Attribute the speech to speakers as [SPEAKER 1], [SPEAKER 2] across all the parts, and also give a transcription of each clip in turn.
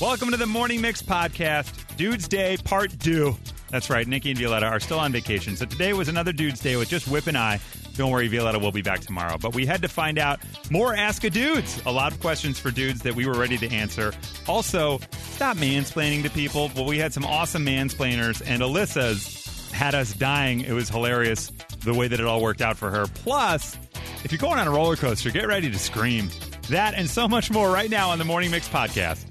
[SPEAKER 1] Welcome to the Morning Mix podcast, Dude's Day Part 2. That's right, Nikki and Violetta are still on vacation, so today was another Dude's Day with just Whip and I. Don't worry, Violetta will be back tomorrow. But we had to find out more Ask a Dudes. A lot of questions for dudes that we were ready to answer. Also, stop mansplaining to people. Well, we had some awesome mansplainers, and Alyssa's had us dying. It was hilarious the way that it all worked out for her. Plus, if you're going on a roller coaster, get ready to scream. That and so much more right now on the Morning Mix podcast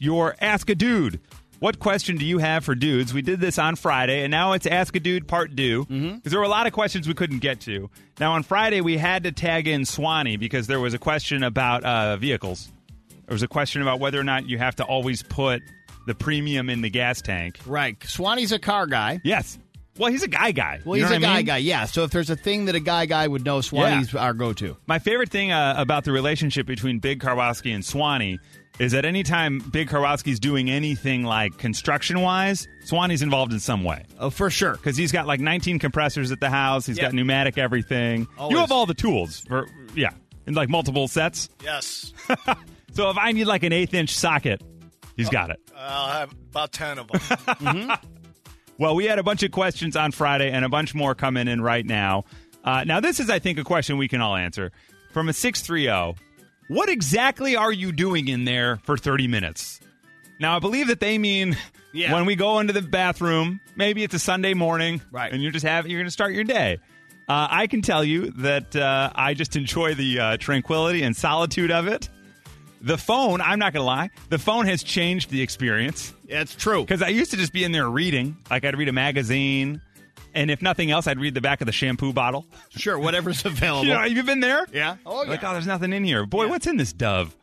[SPEAKER 1] your Ask a Dude. What question do you have for dudes? We did this on Friday, and now it's Ask a Dude Part 2 because
[SPEAKER 2] Mm-hmm.
[SPEAKER 1] there were a lot of questions we couldn't get to. Now, on Friday, we had to tag in Swanee because there was a question about uh, vehicles. There was a question about whether or not you have to always put the premium in the gas tank.
[SPEAKER 2] Right. Swanee's a car guy.
[SPEAKER 1] Yes. Well, he's a guy guy.
[SPEAKER 2] Well,
[SPEAKER 1] You
[SPEAKER 2] he's
[SPEAKER 1] know
[SPEAKER 2] a
[SPEAKER 1] what I
[SPEAKER 2] guy
[SPEAKER 1] mean?
[SPEAKER 2] guy, yeah. So if there's a thing that a guy guy would know, Swanee's our go to.
[SPEAKER 1] My favorite thing uh, about the relationship between Big Karwowski and Swanee is that anytime Big Karwowski's doing anything like construction wise, Swanee's involved in some way.
[SPEAKER 2] Oh, for sure.
[SPEAKER 1] because he's got like 19 compressors at the house. He's
[SPEAKER 3] Yeah.
[SPEAKER 1] got pneumatic everything. You
[SPEAKER 2] Always.
[SPEAKER 1] have all the tools for yeah, in like multiple sets.
[SPEAKER 3] Yes,
[SPEAKER 1] So if I need like an eighth inch socket, he's got it.
[SPEAKER 3] I'll have about ten of them.
[SPEAKER 1] Well, we had a bunch of questions on Friday and a bunch more coming in right now. Uh, now this is, I think, a question we can all answer from a 630. What exactly are you doing in there for 30 minutes? Now I believe that they mean.
[SPEAKER 2] Yeah.
[SPEAKER 1] When we go into the bathroom, maybe it's a Sunday morning,
[SPEAKER 2] Right.
[SPEAKER 1] And you just have you're going to start your day. Uh, I can tell you that uh, I just enjoy the uh, tranquility and solitude of it. The phone, I'm not going to lie, the phone has changed the experience
[SPEAKER 2] That's true.
[SPEAKER 1] because I used to just be in there reading. Like I'd read a magazine, and if nothing else, I'd read the back of the shampoo bottle.
[SPEAKER 2] Sure, whatever's available.
[SPEAKER 1] You know, have you been there?
[SPEAKER 2] yeah. Mm-hmm. Oh,
[SPEAKER 1] Like, oh, there's nothing in here. Boy, what's in this dove?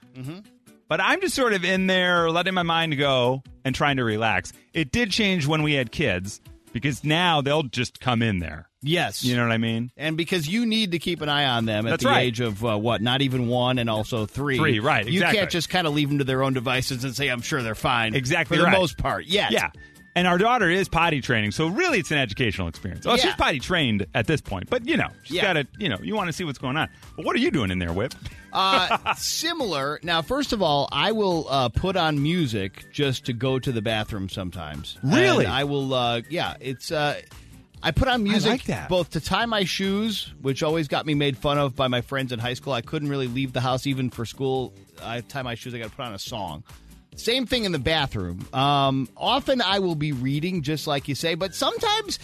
[SPEAKER 1] But I'm just sort of in there, letting my mind go and trying to relax. It did change when we had kids because now they'll just come in there.
[SPEAKER 2] Yes.
[SPEAKER 1] You know what I mean?
[SPEAKER 2] And because you need to keep an eye on them at
[SPEAKER 1] That's
[SPEAKER 2] the
[SPEAKER 1] right.
[SPEAKER 2] age of uh, what, not even one, and also three.
[SPEAKER 1] Three, right,
[SPEAKER 2] You
[SPEAKER 1] exactly.
[SPEAKER 2] can't just kind of leave them to their own devices and say, "I'm sure they're fine."
[SPEAKER 1] Exactly
[SPEAKER 2] for
[SPEAKER 1] right.
[SPEAKER 2] the most part. Yes.
[SPEAKER 1] Yeah. And our daughter is potty training, so really it's an educational experience. Well,
[SPEAKER 2] Yeah.
[SPEAKER 1] she's potty trained at this point, but you know, she's
[SPEAKER 2] Yeah.
[SPEAKER 1] gotta, you know, you wanna see what's going on. But what are you doing in there, Whip?
[SPEAKER 2] uh, similar. Now, first of all, I will uh, put on music just to go to the bathroom sometimes.
[SPEAKER 1] Really?
[SPEAKER 2] And I will. Uh, yeah, it's. Uh, I put on music
[SPEAKER 1] like that.
[SPEAKER 2] both to tie my shoes, which always got me made fun of by my friends in high school. I couldn't really leave the house even for school. I tie my shoes. I got to put on a song. Same thing in the bathroom. Um, often I will be reading, just like you say, but sometimes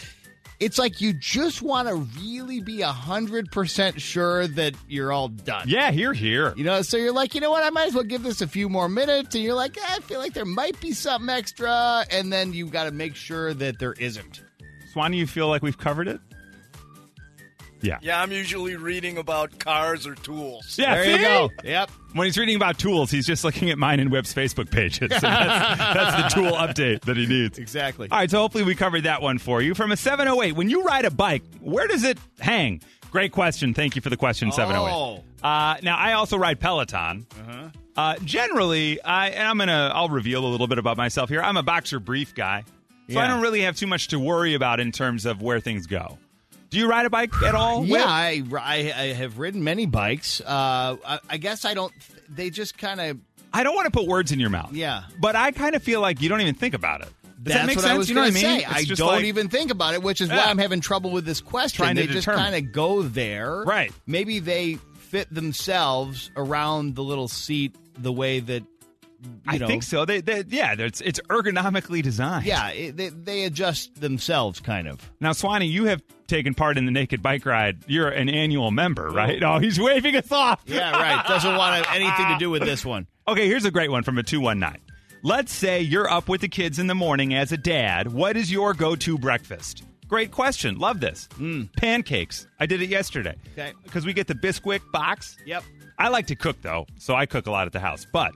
[SPEAKER 2] it's like you just want to really be hundred percent sure that you're all done.
[SPEAKER 1] Yeah, here, here.
[SPEAKER 2] You know, so you're like, you know what? I might as well give this a few more minutes. And you're like, eh, I feel like there might be something extra. And then you got to make sure that there isn't.
[SPEAKER 1] Swan, you feel like we've covered it? Yeah.
[SPEAKER 3] yeah, I'm usually reading about cars or tools.
[SPEAKER 1] Yeah,
[SPEAKER 2] there
[SPEAKER 1] see?
[SPEAKER 2] you go. Yep.
[SPEAKER 1] When he's reading about tools, he's just looking at mine and Web's Facebook pages. So that's, that's the tool update that he needs.
[SPEAKER 2] Exactly.
[SPEAKER 1] All right, so hopefully we covered that one for you. From a 708, when you ride a bike, where does it hang? Great question. Thank you for the question, 708.
[SPEAKER 2] Oh.
[SPEAKER 1] Uh, now, I also ride Peloton. Uh-huh. generally, I, and I'm going to, I'll reveal a little bit about myself here. I'm a boxer brief guy, so I
[SPEAKER 2] Yeah.
[SPEAKER 1] don't really have too much to worry about in terms of where things go. Do you ride a bike at all?
[SPEAKER 2] Yeah,
[SPEAKER 1] Whip?
[SPEAKER 2] I, I, I have ridden many bikes. Uh, I, I guess I don't, they just kind of,
[SPEAKER 1] I don't want to put words in your mouth.
[SPEAKER 2] Yeah.
[SPEAKER 1] But I kind of feel like you don't even think about it. Does
[SPEAKER 2] that's
[SPEAKER 1] that make
[SPEAKER 2] what
[SPEAKER 1] sense?
[SPEAKER 2] I was
[SPEAKER 1] you know what I
[SPEAKER 2] going
[SPEAKER 1] mean?
[SPEAKER 2] to say.
[SPEAKER 1] It's
[SPEAKER 2] I
[SPEAKER 1] just
[SPEAKER 2] don't
[SPEAKER 1] like-
[SPEAKER 2] even think about it, which is
[SPEAKER 1] Yeah.
[SPEAKER 2] why I'm having trouble with this question.
[SPEAKER 1] Trying to
[SPEAKER 2] they just
[SPEAKER 1] determine.
[SPEAKER 2] kind of go there.
[SPEAKER 1] Right.
[SPEAKER 2] Maybe they fit themselves around the little seat the way that, you
[SPEAKER 1] I
[SPEAKER 2] know,
[SPEAKER 1] think so. They, they, yeah, it's, it's ergonomically designed.
[SPEAKER 2] Yeah, it, they, they adjust themselves, kind of.
[SPEAKER 1] Now, Swanee, you have taken part in the Naked Bike Ride. You're an annual member, right? Oh, he's waving us off.
[SPEAKER 2] Yeah, right. Doesn't want anything to do with this one.
[SPEAKER 1] Okay, here's a great one from a 219. Let's say you're up with the kids in the morning as a dad. What is your go to breakfast? Great question. Love this. Pancakes. I did it yesterday.
[SPEAKER 2] Hmm. Okay.
[SPEAKER 1] Because we get the Bisquick box.
[SPEAKER 2] Yep.
[SPEAKER 1] I like to cook, though, so I cook a lot at the house. But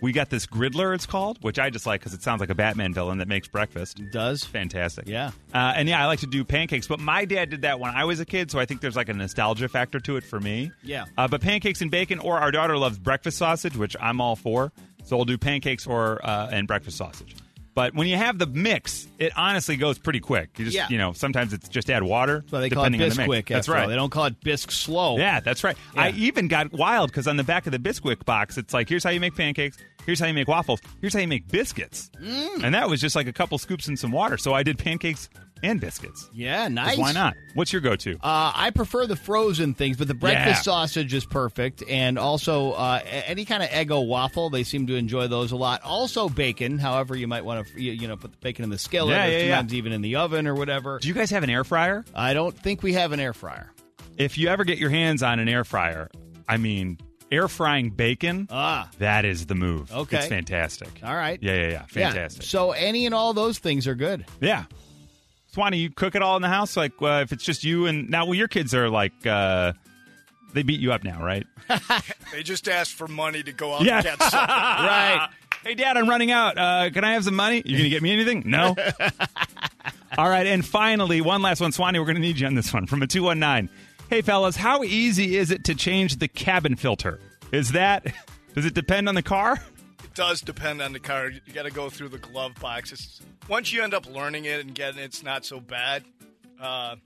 [SPEAKER 1] we got this Griddler, it's called, which I just like because it sounds like a Batman villain that makes breakfast.
[SPEAKER 2] Does
[SPEAKER 1] Fantastic.
[SPEAKER 2] Yeah.
[SPEAKER 1] Uh, and yeah, I like to do pancakes, but my dad did that when I was a kid, so I think there's like a nostalgia factor to it for me.
[SPEAKER 2] Yeah.
[SPEAKER 1] Uh, but pancakes and bacon, or our daughter loves breakfast sausage, which I'm all for. So we'll do pancakes or uh, and breakfast sausage. But when you have the mix, it honestly goes pretty quick. You just,
[SPEAKER 2] Yeah.
[SPEAKER 1] you know, sometimes it's just add water.
[SPEAKER 2] That's why they call it
[SPEAKER 1] depending on the
[SPEAKER 2] Bisquick.
[SPEAKER 1] mix. That's
[SPEAKER 2] after all.
[SPEAKER 1] right.
[SPEAKER 2] They don't call it Bisque slow.
[SPEAKER 1] Yeah, that's right. I even got wild because on the back of the Bisquick box, it's like, here's how you make pancakes, here's how you make waffles, here's how you make biscuits.
[SPEAKER 2] Mm.
[SPEAKER 1] And that was just like a couple scoops and some water. So I did pancakes and biscuits. 'Cause
[SPEAKER 2] Yeah, nice.
[SPEAKER 1] Why not? What's your go to?
[SPEAKER 2] Uh, I prefer the frozen things, but the breakfast
[SPEAKER 1] Yeah.
[SPEAKER 2] sausage is perfect, and also uh, a- any kind of Eggo waffle. They seem to enjoy those a lot. Also bacon, however, you might want to you, you know put the bacon in the skillet,
[SPEAKER 1] Yeah,
[SPEAKER 2] or
[SPEAKER 1] yeah, yeah.
[SPEAKER 2] sometimes even in the oven or whatever.
[SPEAKER 1] Do you guys have an air fryer?
[SPEAKER 2] I don't think we have an air fryer.
[SPEAKER 1] If you ever get your hands on an air fryer, I mean, air frying bacon,
[SPEAKER 2] Ah.
[SPEAKER 1] that is the move.
[SPEAKER 2] Okay.
[SPEAKER 1] It's fantastic.
[SPEAKER 2] All right.
[SPEAKER 1] Yeah, yeah, yeah. Fantastic.
[SPEAKER 2] Yeah. So any and all those things are good.
[SPEAKER 1] Yeah. Swanee, you cook it all in the house? Like, uh, if it's just you and now, well, your kids are like, uh, they beat you up now, right?
[SPEAKER 3] They just asked for money to go out
[SPEAKER 1] Yeah.
[SPEAKER 3] and get some.
[SPEAKER 1] right. Hey, Dad, I'm running out. Uh, can I have some money? You going to get me anything? No. All right. And finally, one last one. Swanee, we're going to need you on this one from a 219. Hey, fellas, how easy is it to change the cabin filter? Is that, does it depend on the car?
[SPEAKER 3] It does depend on the car. You got to go through the glove box. It's, once you end up learning it and getting it, it's not so bad. Uh,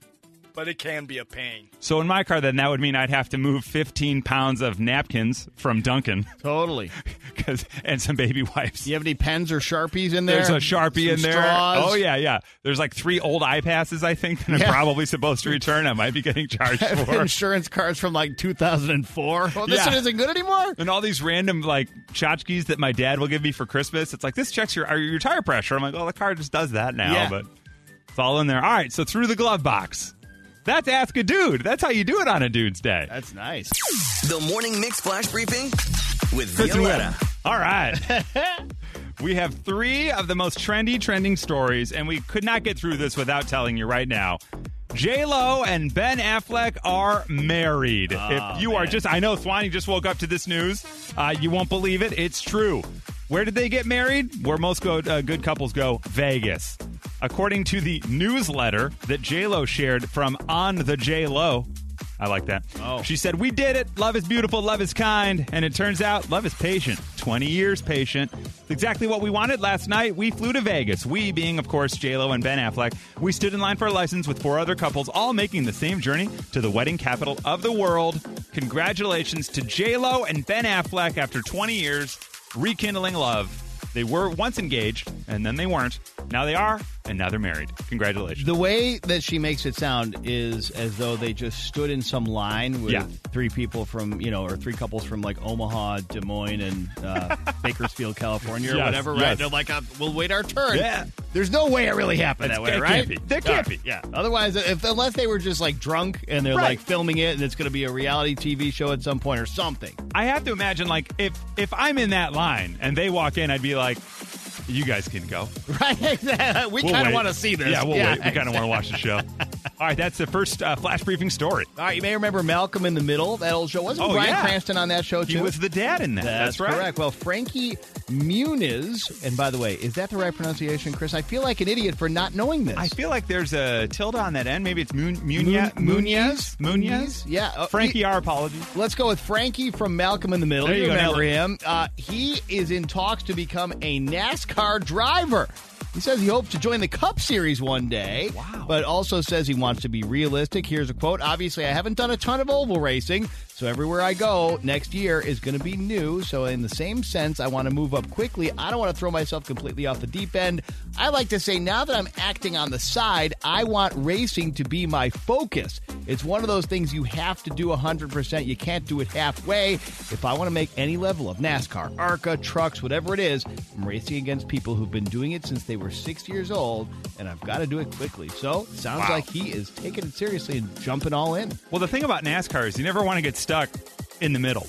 [SPEAKER 3] but it can be a pain.
[SPEAKER 1] So in my car, then that would mean I'd have to move 15 pounds of napkins from Duncan
[SPEAKER 2] Totally.
[SPEAKER 1] 'cause- and some baby wipes.
[SPEAKER 2] Do you have any pens or sharpies in there?
[SPEAKER 1] There's a sharpie
[SPEAKER 2] Some
[SPEAKER 1] in there.
[SPEAKER 2] straws?
[SPEAKER 1] Oh yeah, yeah. There's like three old iPasses I think that I'm
[SPEAKER 2] Yeah.
[SPEAKER 1] probably supposed to return. I might be getting charged for.
[SPEAKER 2] Insurance cards from like 2004. Well, this
[SPEAKER 1] Yeah.
[SPEAKER 2] one isn't good anymore.
[SPEAKER 1] And all these random like tchotchkes that my dad will give me for Christmas. It's like this checks your are your tire pressure. I'm like, oh, the car just does that now,
[SPEAKER 2] Yeah.
[SPEAKER 1] but it's all in there. All right, so through the glove box. That's ask a dude. That's how you do it on a dude's day.
[SPEAKER 2] That's nice.
[SPEAKER 4] The morning mix flash briefing with
[SPEAKER 1] Chris and
[SPEAKER 4] Violetta.
[SPEAKER 1] Will. All right. we have three of the most trendy trending stories, and we could not get through this without telling you right now. J Lo and Ben Affleck are married. if you are just, I know Swanee just woke up to this news. Uh, you won't believe it. It's true. Where did they get married? Where most go, uh, good couples go, Vegas. According to the newsletter that J Lo shared from On the J Lo, I like that.
[SPEAKER 2] Oh.
[SPEAKER 1] She said, We did it. Love is beautiful. Love is kind. And it turns out love is patient. 20 years patient. It's exactly what we wanted last night. We flew to Vegas. We, being, of course, JLo and Ben Affleck, we stood in line for a license with four other couples, all making the same journey to the wedding capital of the world. Congratulations to JLo and Ben Affleck after 20 years rekindling love. They were once engaged, and then they weren't. Now they are, and now they're married. Congratulations.
[SPEAKER 2] The way that she makes it sound is as though they just stood in some line with
[SPEAKER 1] Yeah.
[SPEAKER 2] three people from, you know, or three couples from like Omaha, Des Moines, and uh, Bakersfield, California, or
[SPEAKER 1] Yes,
[SPEAKER 2] whatever,
[SPEAKER 1] yes.
[SPEAKER 2] right? They're like, uh, we'll wait our turn.
[SPEAKER 1] Yeah.
[SPEAKER 2] There's no way it really happened
[SPEAKER 1] It's-
[SPEAKER 2] that way,
[SPEAKER 1] it can't
[SPEAKER 2] right?
[SPEAKER 1] be. There can't
[SPEAKER 2] Yeah.
[SPEAKER 1] be, yeah.
[SPEAKER 2] Otherwise, if, unless they were just like drunk and they're
[SPEAKER 1] Right.
[SPEAKER 2] like filming it and it's going to be a reality TV show at some point or something.
[SPEAKER 1] I have to imagine like if if I'm in that line and they walk in, I'd be like, "You guys can go.
[SPEAKER 2] Right? we
[SPEAKER 1] We'll
[SPEAKER 2] kind of
[SPEAKER 1] wait.
[SPEAKER 2] want to see this.
[SPEAKER 1] Yeah, we'll wait. We kind of want to watch the show. All right, that's the first uh, flash briefing story.
[SPEAKER 2] All right, you may remember Malcolm in the Middle, that old show. Wasn't
[SPEAKER 1] Oh,
[SPEAKER 2] Brian
[SPEAKER 1] yeah.
[SPEAKER 2] Cranston on that show, too?
[SPEAKER 1] He was the dad in that.
[SPEAKER 2] That's,
[SPEAKER 1] right.
[SPEAKER 2] correct. Well, Frankie Muniz, and by the way, is that the right pronunciation, Chris? I feel like an idiot for not knowing this.
[SPEAKER 1] I feel like there's a tilde on that end. Maybe it's Mun-
[SPEAKER 2] Mun-
[SPEAKER 1] Munia- Munoz.
[SPEAKER 2] Muniz? Yeah. Oh,
[SPEAKER 1] Frankie,
[SPEAKER 2] he-
[SPEAKER 1] our apologies.
[SPEAKER 2] Let's go with Frankie from Malcolm in the Middle.
[SPEAKER 1] There you go,
[SPEAKER 2] remember
[SPEAKER 1] Nelly.
[SPEAKER 2] him. Uh, he is in talks to become a NASCAR driver. He says he hopes to join the Cup Series one day.
[SPEAKER 1] Wow.
[SPEAKER 2] But also says he wants to be realistic. Here's a quote Obviously, I haven't done a ton of oval racing, so everywhere I go next year is going to be new. So, in the same sense, I want to move up quickly. I don't want to throw myself completely off the deep end. I like to say now that I'm acting on the side, I want racing to be my focus. It's one of those things you have to do 100%. You can't do it halfway. If I want to make any level of NASCAR, ARCA, trucks, whatever it is, I'm racing against people who've been doing it since they were six years old, and I've got to do it quickly. So, sounds
[SPEAKER 1] Wow.
[SPEAKER 2] like he is taking it seriously and jumping all in.
[SPEAKER 1] Well, the thing about NASCAR is you never want to get stuck in the middle.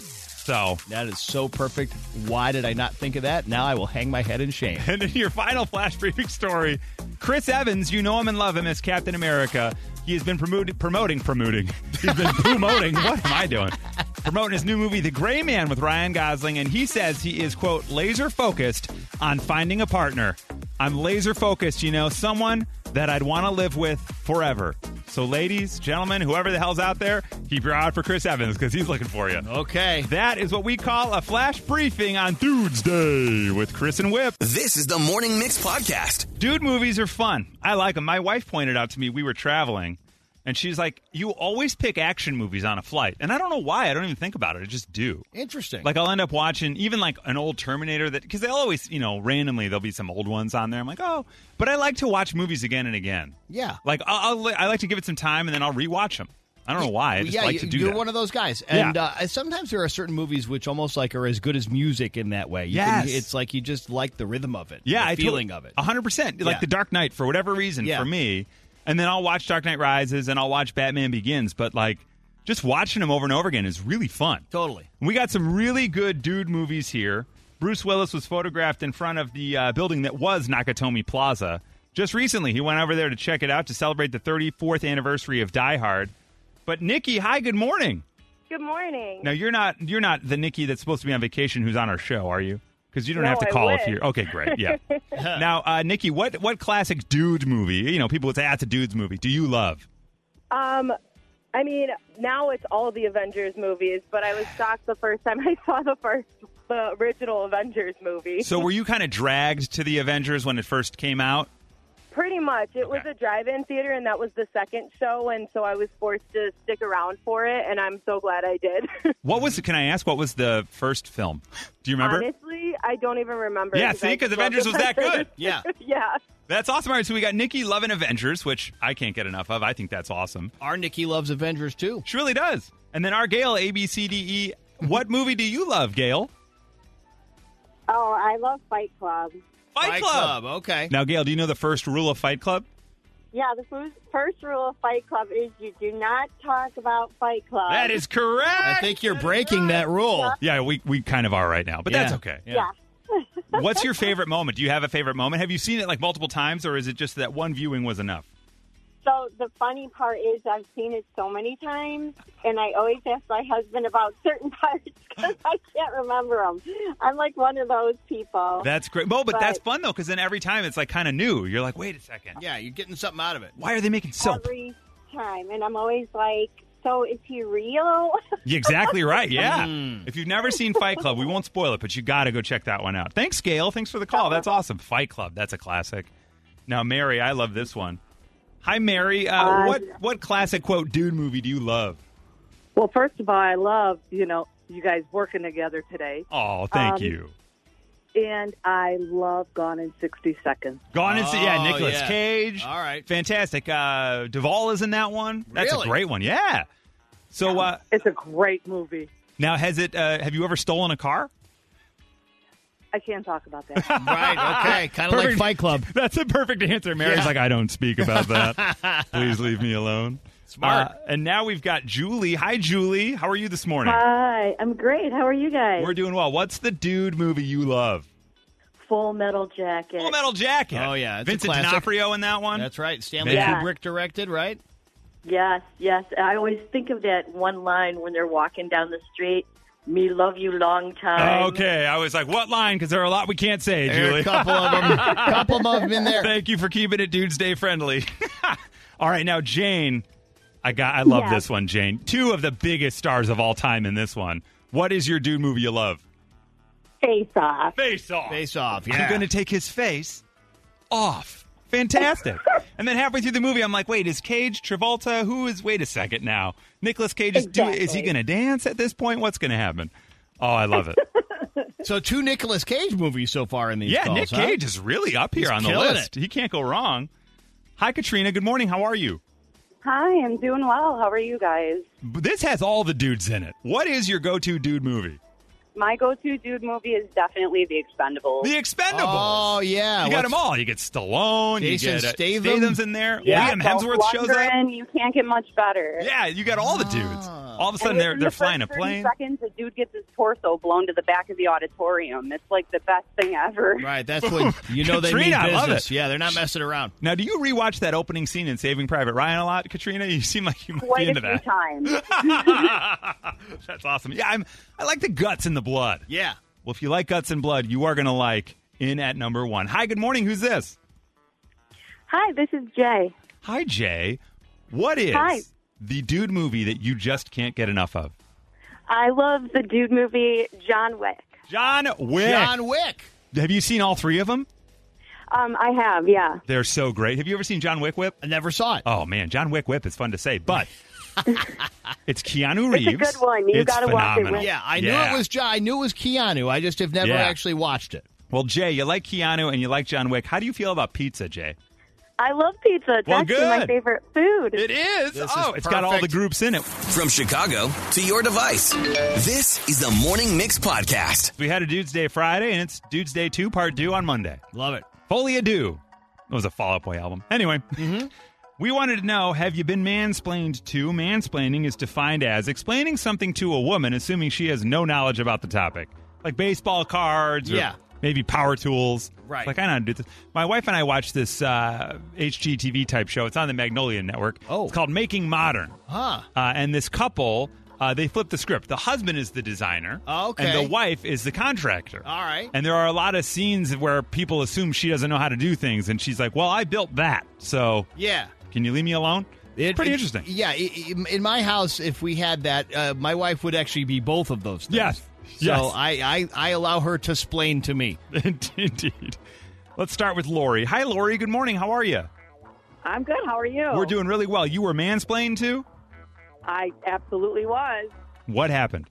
[SPEAKER 1] So
[SPEAKER 2] That is so perfect. Why did I not think of that? Now I will hang my head in shame.
[SPEAKER 1] And then your final flash briefing story Chris Evans, you know him and love him as Captain America. He has been promoting, promoting, promoting. He's been promoting. What am I doing? Promoting his new movie, The Gray Man, with Ryan Gosling. And he says he is, quote, laser focused on finding a partner. I'm laser focused, you know, someone that I'd want to live with forever. So, ladies, gentlemen, whoever the hell's out there, keep your eye out for Chris Evans because he's looking for you.
[SPEAKER 2] Okay.
[SPEAKER 1] That is what we call a flash briefing on Dude's Day with Chris and Whip.
[SPEAKER 4] This is the Morning Mix Podcast.
[SPEAKER 1] Dude movies are fun. I like them. My wife pointed out to me we were traveling, and she's like, "You always pick action movies on a flight," and I don't know why. I don't even think about it. I just do.
[SPEAKER 2] Interesting.
[SPEAKER 1] Like I'll end up watching even like an old Terminator that because they always you know randomly there'll be some old ones on there. I'm like, oh, but I like to watch movies again and again.
[SPEAKER 2] Yeah.
[SPEAKER 1] Like I'll, I'll li- I like to give it some time and then I'll rewatch them. I don't know why. I just
[SPEAKER 2] yeah,
[SPEAKER 1] like to do
[SPEAKER 2] you're
[SPEAKER 1] that.
[SPEAKER 2] one of those guys,
[SPEAKER 1] Yeah.
[SPEAKER 2] and uh, sometimes there are certain movies which almost like are as good as music in that way. You
[SPEAKER 1] Yes.
[SPEAKER 2] it's like you just like the rhythm of it,
[SPEAKER 1] yeah,
[SPEAKER 2] the
[SPEAKER 1] I tot-
[SPEAKER 2] feeling of it.
[SPEAKER 1] A hundred percent. Like
[SPEAKER 2] Yeah.
[SPEAKER 1] the Dark Knight for whatever reason
[SPEAKER 2] Yeah.
[SPEAKER 1] for me, and then I'll watch Dark Knight Rises and I'll watch Batman Begins. But like just watching them over and over again is really fun.
[SPEAKER 2] Totally.
[SPEAKER 1] We got some really good dude movies here. Bruce Willis was photographed in front of the uh, building that was Nakatomi Plaza. Just recently, he went over there to check it out to celebrate the 34th anniversary of Die Hard. But Nikki, hi, good morning.
[SPEAKER 5] Good morning.
[SPEAKER 1] Now you're not you're not the Nikki that's supposed to be on vacation who's on our show, are you? Because you don't
[SPEAKER 5] No,
[SPEAKER 1] have to
[SPEAKER 5] I
[SPEAKER 1] call if
[SPEAKER 5] wish.
[SPEAKER 1] you're okay. Great, yeah. now, uh, Nikki, what what classic dude movie? You know, people would say that's a dude's movie. Do you love?
[SPEAKER 5] Um, I mean, now it's all the Avengers movies, but I was shocked the first time I saw the first, the original Avengers movie.
[SPEAKER 1] So were you kind of dragged to the Avengers when it first came out?
[SPEAKER 5] Pretty much, it was
[SPEAKER 1] Okay.
[SPEAKER 5] a drive-in theater, and that was the second show, and so I was forced to stick around for it, and I'm so glad I did.
[SPEAKER 1] What was? Can I ask what was the first film? Do you remember?
[SPEAKER 5] Honestly, I don't even remember.
[SPEAKER 1] Yeah, see,
[SPEAKER 5] I
[SPEAKER 1] 'cause
[SPEAKER 5] love
[SPEAKER 1] Avengers was that good.
[SPEAKER 2] Yeah.
[SPEAKER 5] yeah.
[SPEAKER 1] That's awesome. All right, so we got Nikki loving Avengers, which I can't get enough of. I think that's awesome.
[SPEAKER 2] Our Nikki loves Avengers too.
[SPEAKER 1] She really does. And then our Gail, A B C D E. What movie do you love, Gail?
[SPEAKER 6] Oh, I love Fight Club.
[SPEAKER 1] Fight,
[SPEAKER 2] Fight
[SPEAKER 1] Club.
[SPEAKER 2] okay.
[SPEAKER 1] Now, Gail, do you know the first rule of Fight Club?
[SPEAKER 6] Yeah, the first, first rule of Fight Club is you do not talk about Fight
[SPEAKER 5] Um,
[SPEAKER 6] Club.
[SPEAKER 1] That is correct.
[SPEAKER 2] I think you're breaking that rule.
[SPEAKER 1] Yeah, we, we kind of are right now, but that's
[SPEAKER 2] Yeah.
[SPEAKER 1] okay.
[SPEAKER 6] Yeah.
[SPEAKER 1] What's your favorite moment? Do you have a favorite moment? Have you seen it like multiple times, or is it just that one viewing was enough?
[SPEAKER 6] So the funny part is I've seen it so many times, and I always ask my husband about certain parts because I can't remember them. I'm like one of those people.
[SPEAKER 1] That's great. Well, but
[SPEAKER 6] Right.
[SPEAKER 1] that's fun though, because then every time it's like kind of new. You're like, wait a second,
[SPEAKER 2] Yeah, you're getting something out of it.
[SPEAKER 1] why are they making soap?
[SPEAKER 6] every time, and I'm always like, so is he real?
[SPEAKER 1] You're exactly right. Yeah. If you've never seen Fight Club, we won't spoil it, but you got to go check that one out. Thanks, Gail. Thanks for the call. That's awesome. Fight Club. That's a classic. Now, Mary, I love this one. Hi, Mary. Uh,
[SPEAKER 7] Uh,
[SPEAKER 1] what what classic quote dude movie do you love?
[SPEAKER 7] Well, first of all, I love, you know, you guys working together today.
[SPEAKER 1] Oh, thank
[SPEAKER 7] Um,
[SPEAKER 1] you.
[SPEAKER 7] And I love Gone in 60 Seconds.
[SPEAKER 1] Gone and see,
[SPEAKER 2] Oh,
[SPEAKER 1] yeah, Nicolas
[SPEAKER 2] yeah.
[SPEAKER 1] Cage.
[SPEAKER 2] All right.
[SPEAKER 1] fantastic. Uh, Duvall is in that one. That's
[SPEAKER 2] Really?
[SPEAKER 1] a great one. Yeah. So uh,
[SPEAKER 7] It's a great movie.
[SPEAKER 1] now has it? Uh, have you ever stolen a car?
[SPEAKER 7] I can't talk about that.
[SPEAKER 2] Right, okay. Kind of like
[SPEAKER 1] Perfect.
[SPEAKER 2] Fight Club.
[SPEAKER 1] That's a perfect answer. Mary's
[SPEAKER 2] Yeah.
[SPEAKER 1] like, I don't speak about that. Please leave me alone.
[SPEAKER 2] Smart.
[SPEAKER 1] Uh, and now we've got Julie. Hi, Julie. How are you this morning?
[SPEAKER 8] Hi, I'm great. How are you guys?
[SPEAKER 1] We're doing well. What's the dude movie you love?
[SPEAKER 8] Full Metal Jacket.
[SPEAKER 1] Full Metal Jacket.
[SPEAKER 2] Oh, yeah, it's a
[SPEAKER 1] Vincent
[SPEAKER 2] classic.
[SPEAKER 1] D'Onofrio in that one.
[SPEAKER 2] That's right. Stanley
[SPEAKER 1] Yeah.
[SPEAKER 2] Kubrick directed, right?
[SPEAKER 8] Yes, yes. I always think of that one line when they're walking down the street. Me love you long time.
[SPEAKER 1] Oh, Okay, I was like, what line? Because there are a lot we can't say,
[SPEAKER 2] There are
[SPEAKER 1] Julie.
[SPEAKER 2] a couple of them. couple of them in there.
[SPEAKER 1] Thank you for keeping it Dudes Day friendly. all right, now Jane, I got I love
[SPEAKER 6] Yeah.
[SPEAKER 1] this one, Jane. Two of the biggest stars of all time in this one. What is your dude movie you love?
[SPEAKER 6] Face off.
[SPEAKER 1] Face off.
[SPEAKER 2] Face off. Yeah.
[SPEAKER 1] I'm going to take his face off. Fantastic. and then halfway through the movie, I'm like, wait, is Cage Travolta? Who is? Wait a second now. Nicholas Cage is do. Is he
[SPEAKER 6] Exactly.
[SPEAKER 1] going to dance at this point? What's going to happen? Oh, I love it.
[SPEAKER 2] so two Nicolas Cage movies so far in these
[SPEAKER 1] yeah,
[SPEAKER 2] calls,
[SPEAKER 1] Nick
[SPEAKER 2] huh?
[SPEAKER 1] Cage is really up here
[SPEAKER 2] He's
[SPEAKER 1] on the
[SPEAKER 2] killing
[SPEAKER 1] list. He can't go wrong. Hi, Katrina. Good morning. How are you?
[SPEAKER 5] Hi, I'm doing well. How are you guys?
[SPEAKER 1] But This has all the dudes in it. What is your go-to dude movie?
[SPEAKER 7] My go to dude movie is definitely The Expendables.
[SPEAKER 1] The Expendables.
[SPEAKER 2] Oh, yeah.
[SPEAKER 1] You
[SPEAKER 2] What's-
[SPEAKER 1] got them all. You get Stallone.
[SPEAKER 2] Jason
[SPEAKER 1] you get uh,
[SPEAKER 2] Statham?
[SPEAKER 1] Statham's in there.
[SPEAKER 2] Yeah.
[SPEAKER 1] Liam Hemsworth shows up.
[SPEAKER 5] You can't get much better.
[SPEAKER 1] Yeah, you got all the dudes. All of a sudden,
[SPEAKER 7] Ah. And
[SPEAKER 1] they're
[SPEAKER 7] within
[SPEAKER 1] they're
[SPEAKER 7] the first
[SPEAKER 1] flying a
[SPEAKER 7] 30
[SPEAKER 1] plane.
[SPEAKER 7] Seconds, a dude gets his torso blown to the back of the auditorium. It's like the best thing ever.
[SPEAKER 2] Right, that's when you know they mean
[SPEAKER 1] Katrina, I
[SPEAKER 2] business.
[SPEAKER 1] love it.
[SPEAKER 2] Yeah, they're not messing around.
[SPEAKER 1] Now, do you rewatch that opening scene in Saving Private Ryan a lot, Katrina? You seem like you might
[SPEAKER 7] Quite
[SPEAKER 1] be
[SPEAKER 7] a
[SPEAKER 1] into
[SPEAKER 7] few
[SPEAKER 1] that.
[SPEAKER 7] times.
[SPEAKER 1] That's awesome. Yeah, I'm. I like the guts and the blood.
[SPEAKER 2] Yeah.
[SPEAKER 1] Well, if you like guts and blood, you are going to like in at number one. Hi, good morning. Who's this?
[SPEAKER 6] Hi, this is Jay.
[SPEAKER 1] Hi, Jay. What is
[SPEAKER 6] Hi.
[SPEAKER 1] the dude movie that you just can't get enough of?
[SPEAKER 6] I love the dude movie John Wick.
[SPEAKER 1] John Wick.
[SPEAKER 2] John Wick.
[SPEAKER 1] Have you seen all three of them?
[SPEAKER 6] Um, I have, yeah.
[SPEAKER 1] They're so great. Have you ever seen John Wick Whip?
[SPEAKER 2] I never saw it.
[SPEAKER 1] Oh man, John Wick Whip is fun to say, but it's Keanu Reeves.
[SPEAKER 6] a good one. You
[SPEAKER 1] It's
[SPEAKER 6] gotta watch it,
[SPEAKER 1] phenomenal.
[SPEAKER 6] Wick.
[SPEAKER 2] yeah, I
[SPEAKER 1] Yeah.
[SPEAKER 2] knew it was John. I knew it was Keanu. I just have never
[SPEAKER 1] Yeah.
[SPEAKER 2] actually watched it.
[SPEAKER 1] Well, Jay, you like Keanu and you like John Wick. How do you feel about pizza, Jay?
[SPEAKER 6] I love pizza. It's
[SPEAKER 1] Well,
[SPEAKER 6] actually
[SPEAKER 1] good.
[SPEAKER 6] my favorite food.
[SPEAKER 1] is.
[SPEAKER 2] This is
[SPEAKER 1] oh, it's got all the
[SPEAKER 2] perfect.
[SPEAKER 1] groups in it.
[SPEAKER 4] From Chicago to your device, this is the Morning Mix Podcast.
[SPEAKER 1] We had a Dude's Day Friday, and it's Dude's Day 2 part due on Monday.
[SPEAKER 2] Love it.
[SPEAKER 1] Folia Do. That was a Fall Out Boy album. Anyway,
[SPEAKER 2] Mm-hmm.
[SPEAKER 1] we wanted to know have you been mansplained to? Mansplaining is defined as explaining something to a woman, assuming she has no knowledge about the topic, like baseball cards or
[SPEAKER 2] Yeah.
[SPEAKER 1] maybe power tools.
[SPEAKER 2] Right.
[SPEAKER 1] Like, I don't do this. My wife and I watch this uh, HGTV type show. It's on the Magnolia Network.
[SPEAKER 2] Oh.
[SPEAKER 1] It's called Making Modern.
[SPEAKER 2] Huh.
[SPEAKER 1] Uh, and this couple, uh, they flip the script. The husband is the designer,
[SPEAKER 2] Oh, okay.
[SPEAKER 1] and the wife is the contractor.
[SPEAKER 2] All right.
[SPEAKER 1] And there are a lot of scenes where people assume she doesn't know how to do things, and she's like, "Well, I built that, so
[SPEAKER 2] Yeah.
[SPEAKER 1] can you leave me alone?"
[SPEAKER 2] It-
[SPEAKER 1] Pretty
[SPEAKER 2] it-
[SPEAKER 1] interesting.
[SPEAKER 2] Yeah, i- i- in my house, if we had that, uh, my wife would actually be both of those things.
[SPEAKER 1] Yes.
[SPEAKER 2] So
[SPEAKER 1] Yes.
[SPEAKER 2] I, I, I allow her to splain to me.
[SPEAKER 1] Indeed. Let's start with Lori. Hi, Lori. Good morning. How are you?
[SPEAKER 7] I'm good. How are you?
[SPEAKER 1] We're doing really well. You were mansplained to.
[SPEAKER 7] I absolutely was.
[SPEAKER 1] What happened?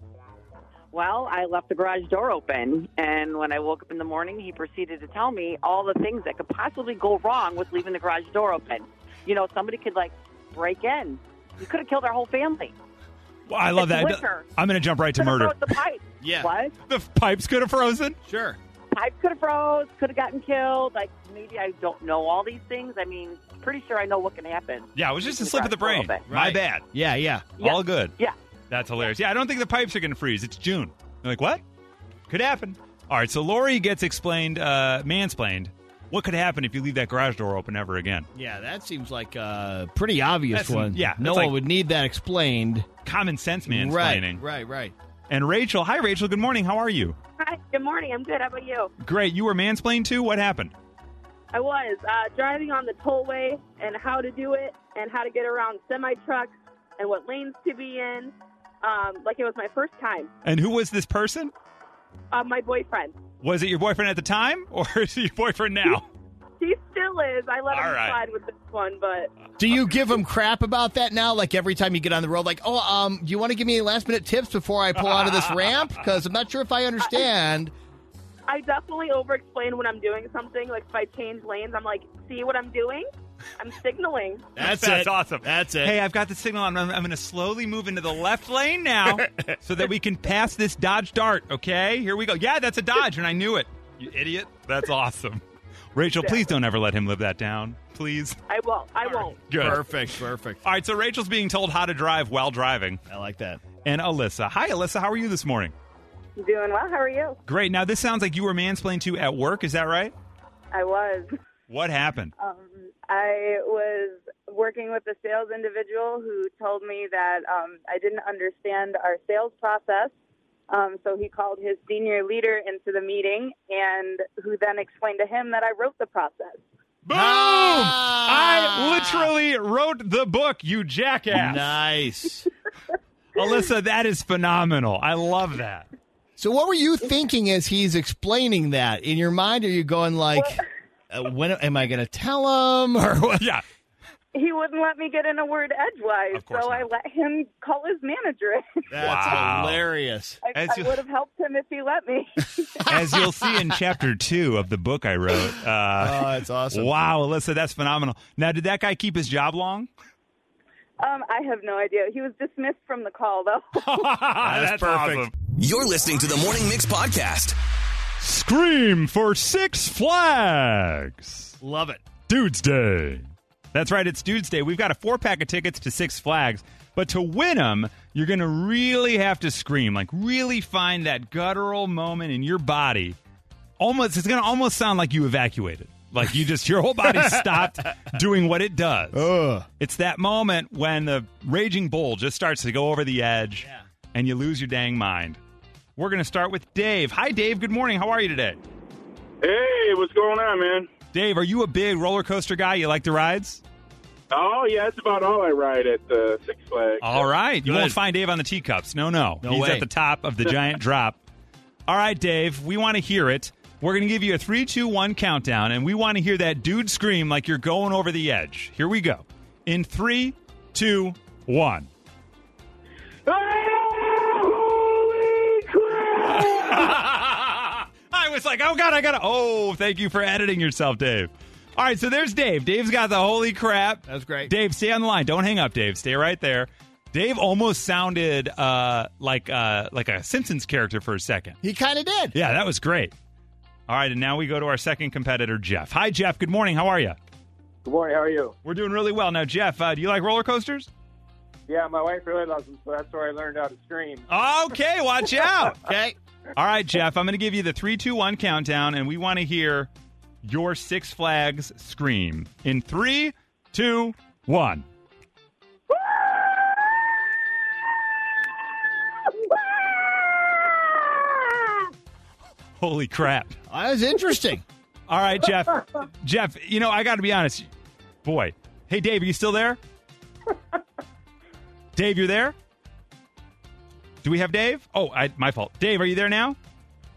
[SPEAKER 7] Well, I left the garage door open, and when I woke up in the morning, he proceeded to tell me all the things that could possibly go wrong with leaving the garage door open. You know, somebody could like break in. You could have killed our whole family.
[SPEAKER 1] Well, I love
[SPEAKER 7] It's
[SPEAKER 1] that.
[SPEAKER 7] liquor.
[SPEAKER 1] I'm going to jump right to
[SPEAKER 7] Could have
[SPEAKER 1] murder.
[SPEAKER 7] froze the pipe.
[SPEAKER 2] Yeah.
[SPEAKER 7] What?
[SPEAKER 1] The pipes could have frozen.
[SPEAKER 2] Sure.
[SPEAKER 7] Pipe could have froze. Could have gotten killed. Like maybe I don't know all these things. I mean, pretty sure I know what can happen.
[SPEAKER 1] Yeah, it was just a
[SPEAKER 7] Leaving
[SPEAKER 1] slip of the
[SPEAKER 7] garage door
[SPEAKER 1] brain.
[SPEAKER 7] open.
[SPEAKER 1] My
[SPEAKER 2] Right.
[SPEAKER 1] bad.
[SPEAKER 2] Yeah, yeah.
[SPEAKER 7] Yeah.
[SPEAKER 1] All good.
[SPEAKER 7] Yeah.
[SPEAKER 1] That's hilarious. Yeah, I don't think the pipes are going to freeze. It's June. You're like, what? Could happen. All right, so Lori gets explained, uh, mansplained. What could happen if you leave that garage door open ever again?
[SPEAKER 2] Yeah, that seems like uh, a pretty obvious
[SPEAKER 1] That's-
[SPEAKER 2] one.
[SPEAKER 1] yeah,
[SPEAKER 2] No
[SPEAKER 1] that's
[SPEAKER 2] one
[SPEAKER 1] like-
[SPEAKER 2] would need that explained.
[SPEAKER 1] Common sense mansplaining.
[SPEAKER 2] Right, right, right.
[SPEAKER 1] And Rachel, hi Rachel, good morning. How are you?
[SPEAKER 6] Hi, good morning. I'm good. How about you?
[SPEAKER 1] Great. You were mansplained too? What happened?
[SPEAKER 5] I was uh, driving on the tollway and how to do it and how to get around semi trucks and what lanes to be in. Um, like it was my first time.
[SPEAKER 1] And who was this person?
[SPEAKER 5] Uh, my boyfriend.
[SPEAKER 1] Was it your boyfriend at the time or is it your boyfriend now?
[SPEAKER 5] He still is. I let
[SPEAKER 1] All
[SPEAKER 5] him
[SPEAKER 1] right.
[SPEAKER 5] slide with this one, but
[SPEAKER 2] Do you give him crap about that now? Like every time you get on the road, like, oh, um, do you want to give me any last minute tips before I pull out of this ramp? Because I'm not sure if I understand.
[SPEAKER 5] I definitely over explain when I'm doing something. Like if I change lanes, I'm like, see what I'm doing? I'm signaling.
[SPEAKER 2] That's
[SPEAKER 1] That's
[SPEAKER 2] it.
[SPEAKER 1] awesome.
[SPEAKER 2] That's it.
[SPEAKER 1] Hey, I've got the signal. I'm, I'm going to slowly move into the left lane now so that we can pass this Dodge Dart, okay? Here we go. Yeah, that's a Dodge, and I knew it. You idiot. That's awesome. Rachel, please don't ever let him live that down. Please.
[SPEAKER 5] I won't. I won't.
[SPEAKER 1] Good.
[SPEAKER 2] Perfect, perfect.
[SPEAKER 1] All right, so Rachel's being told how to drive while driving.
[SPEAKER 2] I like that.
[SPEAKER 1] And Alyssa. Hi, Alyssa. How are you this morning?
[SPEAKER 5] Doing well. How are you?
[SPEAKER 1] Great. Now, this sounds like you were mansplained to at work. Is that right?
[SPEAKER 5] I was.
[SPEAKER 1] What happened?
[SPEAKER 5] Um, I was working with a sales individual who told me that um, I didn't understand our sales process. Um, so he called his senior leader into the meeting, and who then explained to him that I wrote the process.
[SPEAKER 1] Boom! I
[SPEAKER 2] Ah!
[SPEAKER 1] literally wrote the book, you jackass.
[SPEAKER 2] Nice.
[SPEAKER 1] Alyssa, that is phenomenal. I love that.
[SPEAKER 2] So, what were you thinking as he's explaining that in your mind? Are you going like, uh, when am I going to tell him? Or what?
[SPEAKER 1] Yeah.
[SPEAKER 5] He wouldn't let me get in a word edgewise,
[SPEAKER 1] Of course
[SPEAKER 5] so I
[SPEAKER 1] not.
[SPEAKER 5] let him call his manager.
[SPEAKER 2] That's
[SPEAKER 1] Wow.
[SPEAKER 2] hilarious.
[SPEAKER 5] I,
[SPEAKER 1] As
[SPEAKER 5] I
[SPEAKER 1] you-
[SPEAKER 5] would have helped him if he let me.
[SPEAKER 1] As you'll see in chapter two of the book I wrote.
[SPEAKER 2] Oh,
[SPEAKER 1] Uh,
[SPEAKER 2] that's awesome.
[SPEAKER 1] Wow, Alyssa, that's phenomenal. Now, did that guy keep his job long?
[SPEAKER 5] um, I have no idea. He was dismissed from the call, though.
[SPEAKER 1] Ah, that's
[SPEAKER 2] perfect.
[SPEAKER 1] awesome.
[SPEAKER 4] You're listening to the Morning Mix Podcast.
[SPEAKER 1] Scream for Six Flags.
[SPEAKER 2] Love it.
[SPEAKER 1] Dude's Day. That's right, it's Dude's Day. We've got a four pack of tickets to Six Flags, but to win them, you're going to really have to scream. Like, really find that guttural moment in your body. Almost, it's going to almost sound like you evacuated. Like, you just, your whole body stopped doing what it does.
[SPEAKER 2] Ugh.
[SPEAKER 1] It's that moment when the raging bull just starts to go over the edge and you lose your dang mind. We're going to start with Dave. Hi, Dave. Good morning. How are you today?
[SPEAKER 9] Hey, what's going on, man?
[SPEAKER 1] Dave, are you a big roller coaster guy? You like the rides?
[SPEAKER 9] Oh yeah, that's about all I ride at uh, Six Flags.
[SPEAKER 1] All right. You won't
[SPEAKER 2] Good.
[SPEAKER 1] find Dave on the teacups. No, no.
[SPEAKER 2] No
[SPEAKER 1] He's
[SPEAKER 2] way.
[SPEAKER 1] at the top of the giant drop. All right, Dave, we want to hear it. We're going to give you a three, two, one countdown, and we want to hear that dude scream like you're going over the edge. Here we go. In three, two, one.
[SPEAKER 9] Ah,
[SPEAKER 1] I was like, oh, God, I got to. Oh, thank you for editing yourself, Dave. All right, so there's Dave. Dave's got the holy crap.
[SPEAKER 2] That was great.
[SPEAKER 1] Dave, stay on the line. Don't hang up, Dave. Stay right there. Dave almost sounded uh, like uh, like a Simpsons character for a second.
[SPEAKER 2] He kind of did.
[SPEAKER 1] Yeah, that was great. All right, and now we go to our second competitor, Jeff. Hi, Jeff. Good morning. How are you?
[SPEAKER 9] Good morning. How are you?
[SPEAKER 1] We're doing really well now, Jeff. Uh, do you like roller coasters?
[SPEAKER 9] Yeah, my wife really loves them, so that's where I learned how to scream.
[SPEAKER 1] Okay, watch out.
[SPEAKER 2] Okay.
[SPEAKER 1] All right, Jeff. I'm going to give you the three, two, one countdown, and we want to hear your Six Flags scream in three, two, one. Holy crap!
[SPEAKER 2] That was interesting.
[SPEAKER 1] All right, Jeff. Jeff, you know, I got to be honest. Boy. Hey, Dave, are you still there? Dave, you're there? Do we have Dave? Oh, I, my fault. Dave, are you there now?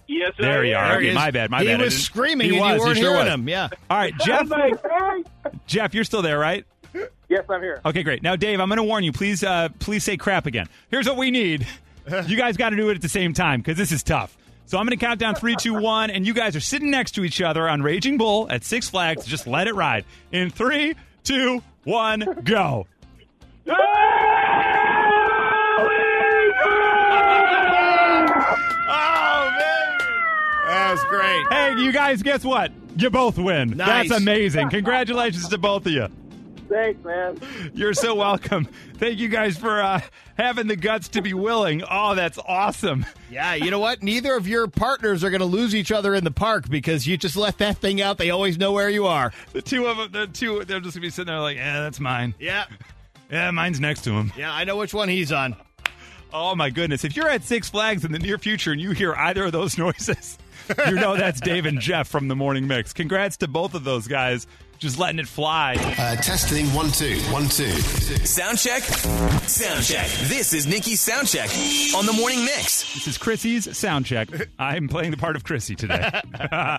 [SPEAKER 9] Yes,
[SPEAKER 1] There you are.
[SPEAKER 2] There
[SPEAKER 1] Okay,
[SPEAKER 2] he is.
[SPEAKER 1] my bad, my
[SPEAKER 2] he
[SPEAKER 1] bad. I
[SPEAKER 2] was
[SPEAKER 1] didn't-
[SPEAKER 2] screaming.
[SPEAKER 1] He
[SPEAKER 2] and
[SPEAKER 1] was,
[SPEAKER 2] You
[SPEAKER 1] he
[SPEAKER 2] weren't
[SPEAKER 1] sure
[SPEAKER 2] hearing
[SPEAKER 1] was.
[SPEAKER 2] him. Yeah.
[SPEAKER 1] All right, Jeff. Jeff, you're still there, right?
[SPEAKER 9] Yes, I'm here.
[SPEAKER 1] Okay, great. Now, Dave, I'm going to warn you. Please, uh, please say crap again. Here's what we need. You guys got to do it at the same time because this is tough. So I'm going to count down three, two, one, and you guys are sitting next to each other on Raging Bull at Six Flags. Just let it ride. In three, two, one, go.
[SPEAKER 9] Ah,
[SPEAKER 2] Oh man, that was great.
[SPEAKER 1] Hey, you guys, guess what? You both win.
[SPEAKER 2] Nice.
[SPEAKER 1] That's amazing. Congratulations to both of you.
[SPEAKER 9] Thanks, man.
[SPEAKER 1] You're so welcome. Thank you guys for uh, having the guts to be willing. Oh, that's awesome.
[SPEAKER 2] Yeah, you know what? Neither of your partners are going to lose each other in the park because you just let that thing out. They always know where you are.
[SPEAKER 1] The two of them, the two, they're just gonna be sitting there like, yeah, that's mine.
[SPEAKER 2] Yeah.
[SPEAKER 1] Yeah, mine's next to him.
[SPEAKER 2] Yeah, I know which one he's on.
[SPEAKER 1] Oh my goodness! If you're at Six Flags in the near future and you hear either of those noises, you know that's Dave and Jeff from the Morning Mix. Congrats to both of those guys, just letting it fly.
[SPEAKER 10] Uh, testing one two one two.
[SPEAKER 4] Sound check. Sound check. This is Nikki's sound check on the morning mix.
[SPEAKER 1] This is Chrissy's sound check. I'm playing the part of Chrissy today.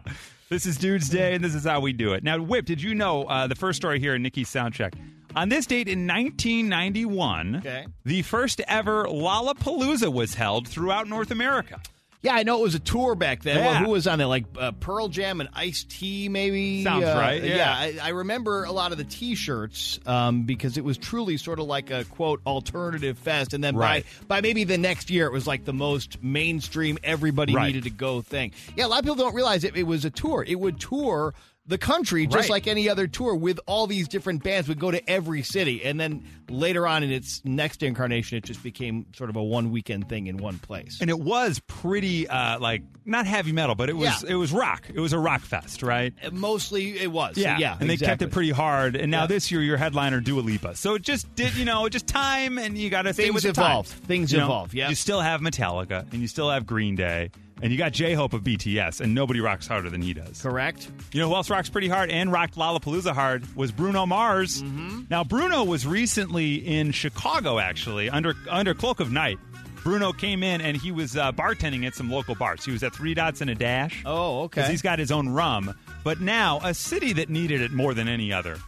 [SPEAKER 1] this is Dude's Day, and this is how we do it. Now, Whip, did you know uh, the first story here in Nikki's sound check? On this date in 1991,
[SPEAKER 2] Okay.
[SPEAKER 1] the first ever Lollapalooza was held throughout North America.
[SPEAKER 2] Yeah, I know it was a tour back then.
[SPEAKER 1] Yeah.
[SPEAKER 2] Well, who was on there? Like uh, Pearl Jam and Ice T, maybe.
[SPEAKER 1] Sounds
[SPEAKER 2] Uh,
[SPEAKER 1] right, yeah.
[SPEAKER 2] I, I remember a lot of the T-shirts um, because it was truly sort of like a quote alternative fest, and then
[SPEAKER 1] Right.
[SPEAKER 2] by by maybe the next year, it was like the most mainstream. Everybody
[SPEAKER 1] Right.
[SPEAKER 2] needed to go thing. Yeah, a lot of people don't realize it, it was a tour. It would tour. The country, just
[SPEAKER 1] Right.
[SPEAKER 2] like any other tour, with all these different bands, would go to every city, and then later on in its next incarnation, it just became sort of a one weekend thing in one place.
[SPEAKER 1] And it was pretty, uh, like, not heavy metal, but it was
[SPEAKER 2] Yeah.
[SPEAKER 1] it was rock. It was a rock fest, right?
[SPEAKER 2] Mostly it was. So, yeah.
[SPEAKER 1] and they kept
[SPEAKER 2] exactly.
[SPEAKER 1] it pretty hard. And now
[SPEAKER 2] Yeah.
[SPEAKER 1] this year, your headliner Dua Lipa. So it just did, you know, just time, and you got to stay
[SPEAKER 2] Things
[SPEAKER 1] with the
[SPEAKER 2] evolve.
[SPEAKER 1] times.
[SPEAKER 2] Things
[SPEAKER 1] You know,
[SPEAKER 2] evolve, yeah.
[SPEAKER 1] you still have Metallica, and you still have Green Day, and you got J Hope of BTS, and nobody rocks harder than he does.
[SPEAKER 2] Correct?
[SPEAKER 1] You know who else rocks pretty hard and rocked Lollapalooza hard was Bruno Mars.
[SPEAKER 2] Mm-hmm.
[SPEAKER 1] Now Bruno was recently in Chicago, actually under under Cloak of Night. Bruno came in and he was uh, bartending at some local bars. He was at Three Dots and a Dash.
[SPEAKER 2] Oh, okay.
[SPEAKER 1] Because he's got his own rum. But now, a city that needed it more than any other.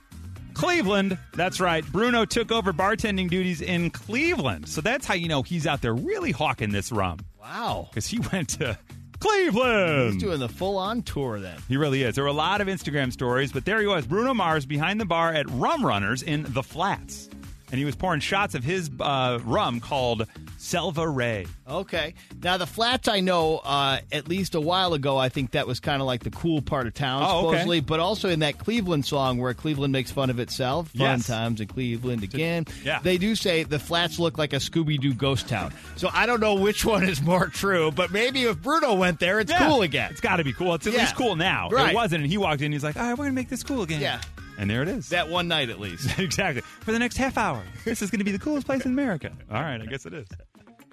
[SPEAKER 1] Cleveland. That's right. Bruno took over bartending duties in Cleveland. So that's how you know he's out there really hawking this rum.
[SPEAKER 2] Wow.
[SPEAKER 1] Because he went to Cleveland.
[SPEAKER 2] He's doing the full on tour then.
[SPEAKER 1] He really is. There were a lot of Instagram stories, but there he was, Bruno Mars behind the bar at Rum Runners in the Flats. And he was pouring shots of his uh, rum called Selva Ray.
[SPEAKER 2] Okay. Now, the flats I know, uh, at least a while ago, I think that was kind of like the cool part of town,
[SPEAKER 1] Oh, okay.
[SPEAKER 2] supposedly. But also in that Cleveland song where Cleveland makes fun of itself, fun
[SPEAKER 1] Yes.
[SPEAKER 2] times in Cleveland again.
[SPEAKER 1] yeah.
[SPEAKER 2] They do say the flats look like a Scooby Doo ghost town. So I don't know which one is more true, but maybe if Bruno went there, it's
[SPEAKER 1] Yeah.
[SPEAKER 2] cool again.
[SPEAKER 1] It's got to be cool. It's at
[SPEAKER 2] Yeah.
[SPEAKER 1] least cool now. It
[SPEAKER 2] Right.
[SPEAKER 1] wasn't. And he walked in. He's like, all right, we're going to make this cool again.
[SPEAKER 2] Yeah.
[SPEAKER 1] And there it is.
[SPEAKER 2] That one night at least.
[SPEAKER 1] exactly. For the next half hour, this is going to be the coolest place in America. All right, I guess it is.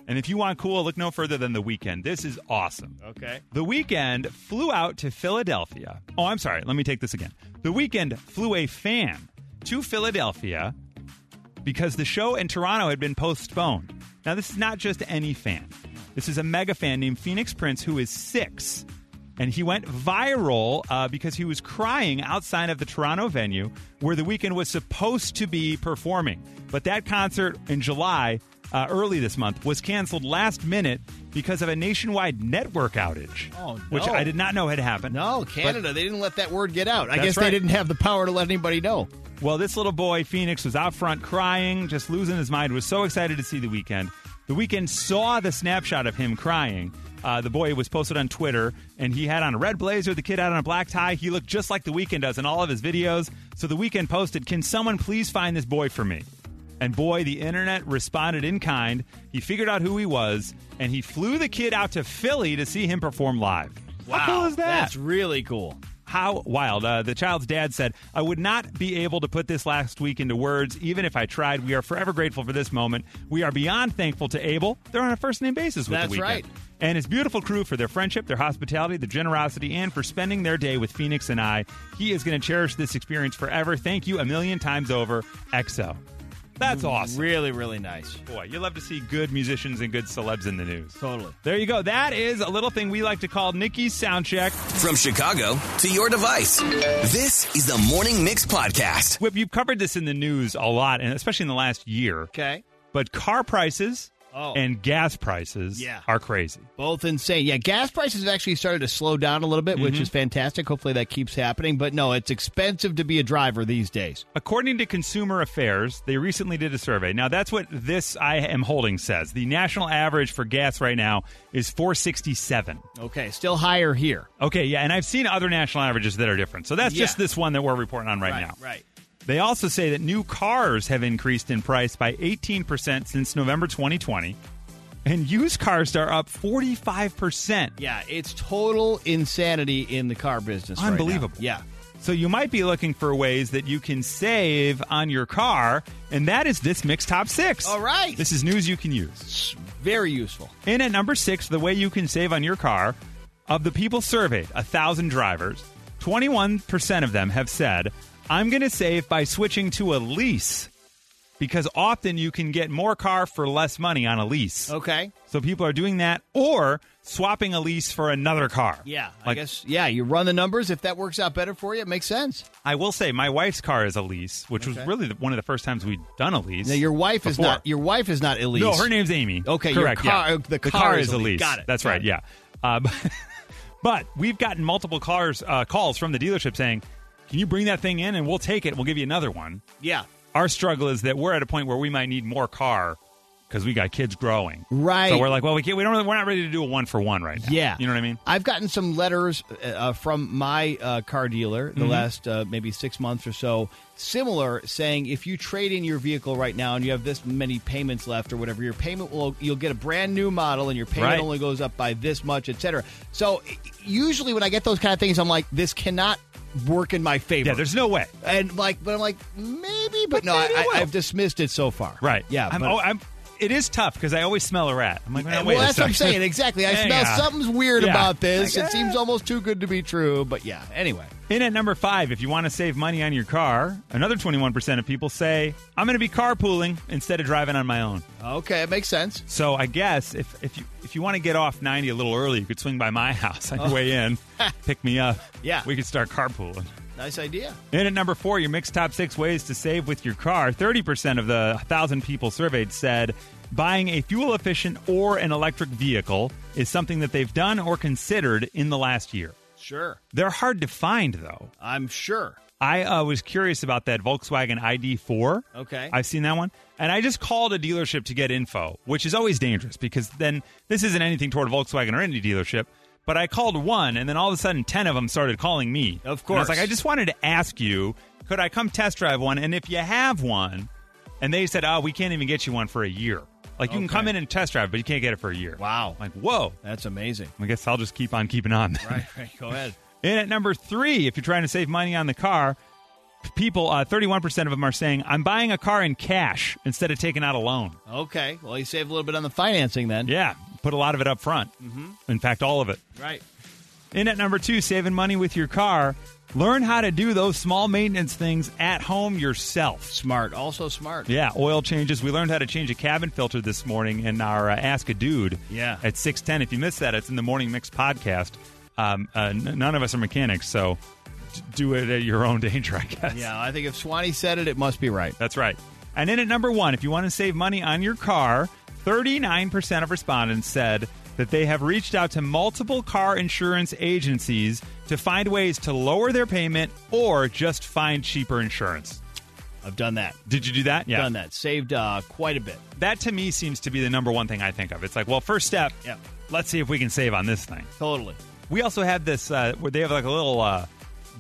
[SPEAKER 1] And if you want cool, look no further than The Weekend. This is awesome.
[SPEAKER 2] Okay.
[SPEAKER 1] The weekend flew out to Philadelphia. Oh, I'm sorry. Let me take this again. The weekend flew a fan to Philadelphia because the show in Toronto had been postponed. Now, this is not just any fan. This is a mega fan named Phoenix Prince who is six. And he went viral uh, because he was crying outside of the Toronto venue where the weekend was supposed to be performing. But that concert in July, uh, early this month, was canceled last minute because of a nationwide network outage,
[SPEAKER 2] Oh, no.
[SPEAKER 1] which I did not know had happened.
[SPEAKER 2] No, Canada, they didn't let that word get out. I
[SPEAKER 1] That's
[SPEAKER 2] guess
[SPEAKER 1] right.
[SPEAKER 2] they didn't have the power to let anybody know.
[SPEAKER 1] Well, this little boy, Phoenix, was out front crying, just losing his mind, was so excited to see the weekend. The weekend saw the snapshot of him crying. Uh, the boy was posted on Twitter, and he had on a red blazer, the kid had on a black tie. He looked just like the weekend does in all of his videos. So the weekend posted, Can someone please find this boy for me? And boy, the internet responded in kind. He figured out who he was, and he flew the kid out to Philly to see him perform live. How cool is that?
[SPEAKER 2] That's really cool.
[SPEAKER 1] How wild. Uh, the child's dad said, I would not be able to put this last week into words, even if I tried. We are forever grateful for this moment. We are beyond thankful to Abel. They're on a first name basis with
[SPEAKER 2] That's
[SPEAKER 1] the weekend.
[SPEAKER 2] right.
[SPEAKER 1] And his beautiful crew for their friendship, their hospitality, their generosity, and for spending their day with Phoenix and I. He is going to cherish this experience forever. Thank you a million times over, EXO. That's awesome.
[SPEAKER 2] Really, really nice.
[SPEAKER 1] Boy, you love to see good musicians and good celebs in the news.
[SPEAKER 2] Totally.
[SPEAKER 1] There you go. That is a little thing we like to call Nikki's Soundcheck.
[SPEAKER 4] From Chicago to your device, this is the Morning Mix Podcast.
[SPEAKER 1] Whip, you've covered this in the news a lot, and especially in the last year.
[SPEAKER 2] Okay.
[SPEAKER 1] But car prices
[SPEAKER 2] Oh.
[SPEAKER 1] and gas prices
[SPEAKER 2] Yeah.
[SPEAKER 1] are crazy.
[SPEAKER 2] Both insane. Yeah, gas prices have actually started to slow down a little bit,
[SPEAKER 1] Mm-hmm.
[SPEAKER 2] which is fantastic. Hopefully that keeps happening. But no, it's expensive to be a driver these days.
[SPEAKER 1] According to Consumer Affairs, they recently did a survey. Now that's what this I am holding says. The national average for gas right now is 467.
[SPEAKER 2] Okay, still higher here.
[SPEAKER 1] Okay, yeah, and I've seen other national averages that are different. So that's
[SPEAKER 2] Yeah.
[SPEAKER 1] just this one that we're reporting on right, now.
[SPEAKER 2] Right.
[SPEAKER 1] They also say that new cars have increased in price by 18% since November 2020, and used cars are up 45%.
[SPEAKER 2] Yeah, it's total insanity in the car business. right now.
[SPEAKER 1] Unbelievable.
[SPEAKER 2] yeah.
[SPEAKER 1] So you might be looking for ways that you can save on your car, and that is this mix top six.
[SPEAKER 2] All right.
[SPEAKER 1] This is news you can use.
[SPEAKER 2] It's very useful.
[SPEAKER 1] In at number six, the way you can save on your car, of the people surveyed, a thousand drivers, 21% of them have said, I'm going to save by switching to a lease because often you can get more car for less money on a lease.
[SPEAKER 2] Okay.
[SPEAKER 1] So people are doing that or swapping a lease for another car.
[SPEAKER 2] Yeah, I
[SPEAKER 1] Like,
[SPEAKER 2] guess. Yeah, you run the numbers. If that works out better for you, it makes sense.
[SPEAKER 1] I will say my wife's car is a lease, which was
[SPEAKER 2] Okay.
[SPEAKER 1] really the, one of the first times we'd done a lease.
[SPEAKER 2] Now your wife is
[SPEAKER 1] Before.
[SPEAKER 2] not. Your wife is not Elise.
[SPEAKER 1] No, her name's Amy.
[SPEAKER 2] Okay, your
[SPEAKER 1] correct.
[SPEAKER 2] car- uh,
[SPEAKER 1] yeah.
[SPEAKER 2] the car is a lease. Got it.
[SPEAKER 1] That's
[SPEAKER 2] Got
[SPEAKER 1] right.
[SPEAKER 2] it.
[SPEAKER 1] Yeah, uh, but, but we've gotten multiple cars uh, calls from the dealership saying, "Can you bring that thing in and we'll take it? We'll give you another one."
[SPEAKER 2] Yeah.
[SPEAKER 1] Our struggle is that we're at a point where we might need more car because we got kids growing.
[SPEAKER 2] Right.
[SPEAKER 1] So we're like, well, we can't, we don't. Really, we're not ready to do a one for one right now.
[SPEAKER 2] Yeah.
[SPEAKER 1] You know what I mean?
[SPEAKER 2] I've gotten some letters uh, uh, from my uh, car dealer
[SPEAKER 1] Mm-hmm.
[SPEAKER 2] the last uh, maybe six months or so, similar, saying if you trade in your vehicle right now and you have this many payments left or whatever, your payment will you'll get a brand new model and your payment
[SPEAKER 1] Right.
[SPEAKER 2] only goes up by this much, etc. So i- usually when I get those kind of things, I'm like, this cannot work in my favor.
[SPEAKER 1] Yeah. There's no way.
[SPEAKER 2] and like, but I'm like, maybe, but, no,
[SPEAKER 1] maybe it
[SPEAKER 2] I,
[SPEAKER 1] will.
[SPEAKER 2] I, I've dismissed it so far.
[SPEAKER 1] Right.
[SPEAKER 2] Yeah.
[SPEAKER 1] I'm,
[SPEAKER 2] but-
[SPEAKER 1] oh, I'm, it is tough because I always smell a rat. I'm like, no,
[SPEAKER 2] well,
[SPEAKER 1] wait a
[SPEAKER 2] that's what I'm
[SPEAKER 1] second.
[SPEAKER 2] saying. Exactly. I
[SPEAKER 1] Hang
[SPEAKER 2] smell
[SPEAKER 1] on.
[SPEAKER 2] something's weird
[SPEAKER 1] Yeah.
[SPEAKER 2] about this.
[SPEAKER 1] Like,
[SPEAKER 2] it seems almost too good to be true, but yeah. Anyway,
[SPEAKER 1] In at number five, if you want to save money on your car, another 21% of people say, I'm going to be carpooling instead of driving on my own.
[SPEAKER 2] okay, it makes sense.
[SPEAKER 1] So I guess if, if you if you want to get off 90 a little early, you could swing by my house on your way in, pick me up.
[SPEAKER 2] Oh. Yeah.
[SPEAKER 1] We could start carpooling.
[SPEAKER 2] Nice idea.
[SPEAKER 1] In at number four, your mixed top six ways to save with your car. 30% of the 1,000 people surveyed said buying a fuel efficient or an electric vehicle is something that they've done or considered in the last year.
[SPEAKER 2] Sure,
[SPEAKER 1] They're hard to find, though.
[SPEAKER 2] I'm sure.
[SPEAKER 1] I uh, was curious about that Volkswagen ID4.
[SPEAKER 2] Okay.
[SPEAKER 1] I've seen that one. And I just called a dealership to get info, which is always dangerous because then this isn't anything toward Volkswagen or any dealership. But I called one, and then all of a sudden, 10 of them started calling me. And
[SPEAKER 2] Of
[SPEAKER 1] I was
[SPEAKER 2] course.
[SPEAKER 1] like, I just wanted to ask you, could I come test drive one? And if you have one, and they said, oh, we can't even get you one for a year. Like, you can
[SPEAKER 2] Okay.
[SPEAKER 1] come in and test drive, but you can't get it for a year.
[SPEAKER 2] Wow.
[SPEAKER 1] I'm like, whoa.
[SPEAKER 2] That's amazing.
[SPEAKER 1] I guess I'll just keep on keeping on. then.
[SPEAKER 2] Right, right. Go ahead.
[SPEAKER 1] In at number three, if you're trying to save money on the car, people, uh, 31% of them are saying, I'm buying a car in cash instead of taking out a loan.
[SPEAKER 2] Okay. Well, you saved a little bit on the financing then.
[SPEAKER 1] Yeah, put a lot of it up front. In fact, all of it.
[SPEAKER 2] Right.
[SPEAKER 1] In at number two, saving money with your car. Learn how to do those small maintenance things at home yourself.
[SPEAKER 2] Smart. Also smart.
[SPEAKER 1] Yeah, oil changes. We learned how to change a cabin filter this morning in our uh, Ask a Dude.
[SPEAKER 2] Yeah.
[SPEAKER 1] At six ten. If you missed that, it's in the Morning Mix podcast. Um, uh, n- none of us are mechanics, so d- do it at your own danger, I guess.
[SPEAKER 2] Yeah, I think if Swanee said it, it must be right.
[SPEAKER 1] That's right. And then at number one, if you want to save money on your car, 39% of respondents said that they have reached out to multiple car insurance agencies to find ways to lower their payment or just find cheaper insurance.
[SPEAKER 2] I've done that.
[SPEAKER 1] Did you do that? Yeah.
[SPEAKER 2] Done that. Saved uh, quite a bit.
[SPEAKER 1] That to me seems to be the number one thing I think of. It's like, well, first step,
[SPEAKER 2] Yeah.
[SPEAKER 1] let's see if we can save on this thing.
[SPEAKER 2] Totally.
[SPEAKER 1] We also have this uh, where they have like a little uh,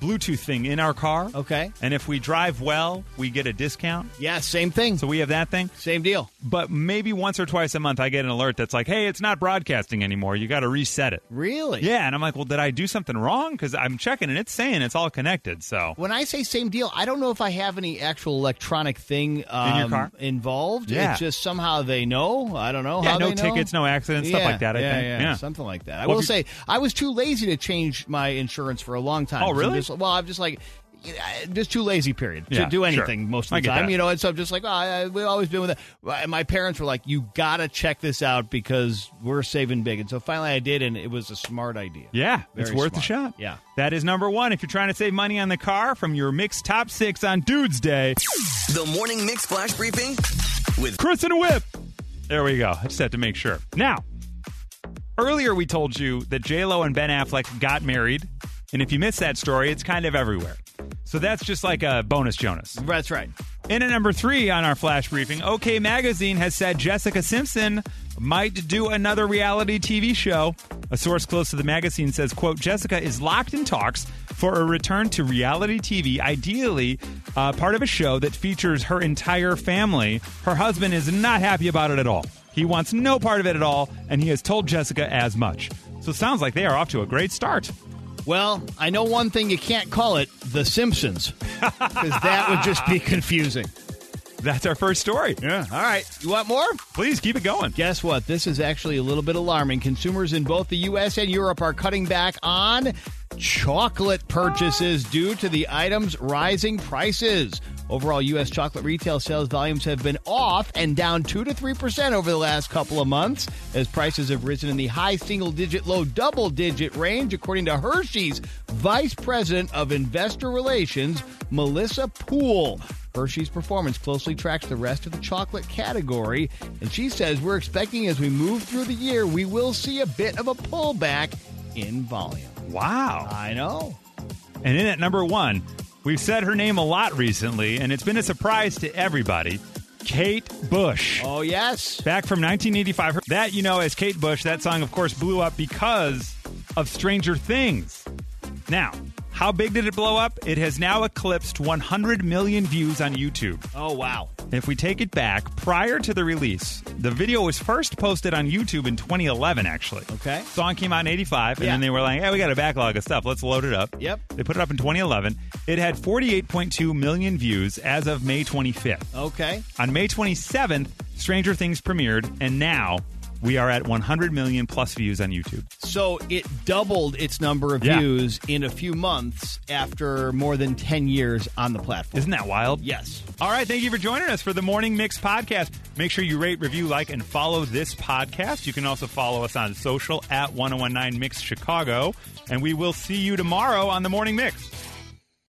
[SPEAKER 1] Bluetooth thing in our car.
[SPEAKER 2] Okay.
[SPEAKER 1] And if we drive well, we get a discount.
[SPEAKER 2] Yeah, same thing.
[SPEAKER 1] So we have that thing.
[SPEAKER 2] same deal.
[SPEAKER 1] but maybe once or twice a month I get an alert that's like, "Hey, it's not broadcasting anymore. You got to reset it."
[SPEAKER 2] Really?
[SPEAKER 1] Yeah, and I'm like, "Well, did I do something wrong?" Cuz I'm checking and it's saying it's all connected. So,
[SPEAKER 2] When I say same deal, I don't know if I have any actual electronic thing um,
[SPEAKER 1] your car?
[SPEAKER 2] involved.
[SPEAKER 1] Yeah.
[SPEAKER 2] It's just somehow they know. I don't know
[SPEAKER 1] yeah,
[SPEAKER 2] how
[SPEAKER 1] no
[SPEAKER 2] they know.
[SPEAKER 1] tickets, no accidents,
[SPEAKER 2] yeah,
[SPEAKER 1] stuff like that, I
[SPEAKER 2] yeah,
[SPEAKER 1] think.
[SPEAKER 2] Yeah,
[SPEAKER 1] Yeah.
[SPEAKER 2] something like that. I
[SPEAKER 1] Well,
[SPEAKER 2] will
[SPEAKER 1] if
[SPEAKER 2] say I was too lazy to change my insurance for a long time.
[SPEAKER 1] Oh,
[SPEAKER 2] So I'm
[SPEAKER 1] really?
[SPEAKER 2] just- well, I'm just like you know, I'm just too lazy. Period
[SPEAKER 1] Yeah,
[SPEAKER 2] to do
[SPEAKER 1] sure.
[SPEAKER 2] anything most
[SPEAKER 1] I
[SPEAKER 2] of the
[SPEAKER 1] get
[SPEAKER 2] time.
[SPEAKER 1] that.
[SPEAKER 2] You know, and so I'm just like, oh, I, I- we've always been with that. Well, And my parents were like, you gotta check this out because we're saving big. And so finally, I did, and it was a smart idea.
[SPEAKER 1] Yeah, it's
[SPEAKER 2] Very
[SPEAKER 1] worth a
[SPEAKER 2] smart.
[SPEAKER 1] shot.
[SPEAKER 2] Yeah.
[SPEAKER 1] That is number 1 if you're trying to save money on the car from your mixed top 6 on Dudes Day.
[SPEAKER 4] The Morning Mix Flash Briefing with
[SPEAKER 1] Chris and Whip. There we go. I just had to make sure. Now, earlier we told you that J-Lo and Ben Affleck got married. And if you missed that story, it's kind of everywhere. So that's just like a bonus Jonas.
[SPEAKER 2] That's right.
[SPEAKER 1] In at number three on our flash briefing, OK Magazine has said Jessica Simpson might do another reality TV show. A source close to the magazine says, quote, Jessica is locked in talks for a return to reality TV, ideally uh, part of a show that features her entire family. Her husband is not happy about it at all. He wants no part of it at all, and he has told Jessica as much. So it sounds like they are off to a great start.
[SPEAKER 2] Well, I know one thing you can't call it The Simpsons because that would just be confusing.
[SPEAKER 1] That's our first story.
[SPEAKER 2] Yeah. All right. You want more?
[SPEAKER 1] Please keep it going.
[SPEAKER 2] Guess what? This is actually a little bit alarming. Consumers in both the U.S. and Europe are cutting back on chocolate purchases due to the item's rising prices. Overall, U.S. chocolate retail sales volumes have been off and down 2 to 3% over the last couple of months as prices have risen in the high single digit, low double digit range, according to Hershey's Vice President of Investor Relations, Melissa Poole. Hershey's performance closely tracks the rest of the chocolate category, and she says we're expecting as we move through the year, we will see a bit of a pullback in volume.
[SPEAKER 1] Wow.
[SPEAKER 2] I know.
[SPEAKER 1] And in at number one, we've said her name a lot recently, and it's been a surprise to everybody Kate Bush.
[SPEAKER 2] Oh, yes.
[SPEAKER 1] Back from 1985. Her- That, you know, as Kate Bush, that song, of course, blew up because of Stranger Things. Now, how big did it blow up? It has now eclipsed 100 million views on YouTube.
[SPEAKER 2] Oh, wow.
[SPEAKER 1] If we take it back, prior to the release, the video was first posted on YouTube in 2011, actually.
[SPEAKER 2] Okay.
[SPEAKER 1] Song came out in 85, and
[SPEAKER 2] Yeah.
[SPEAKER 1] then they were like, hey, we got a backlog of stuff. Let's load it up.
[SPEAKER 2] Yep.
[SPEAKER 1] They put it up in 2011. It had 48.2 million views as of May 25th.
[SPEAKER 2] Okay.
[SPEAKER 1] On May 27th, Stranger Things premiered, and now we are at 100 million plus views on YouTube.
[SPEAKER 2] So it doubled its number of
[SPEAKER 1] Yeah.
[SPEAKER 2] views in a few months after more than 10 years on the platform.
[SPEAKER 1] Isn't that wild?
[SPEAKER 2] yes.
[SPEAKER 1] All right, thank you for joining us for the Morning Mix podcast. Make sure you rate, review, like, and follow this podcast. You can also follow us oh on social at 1019 Mix Chicago. And we will see you tomorrow on the Morning Mix.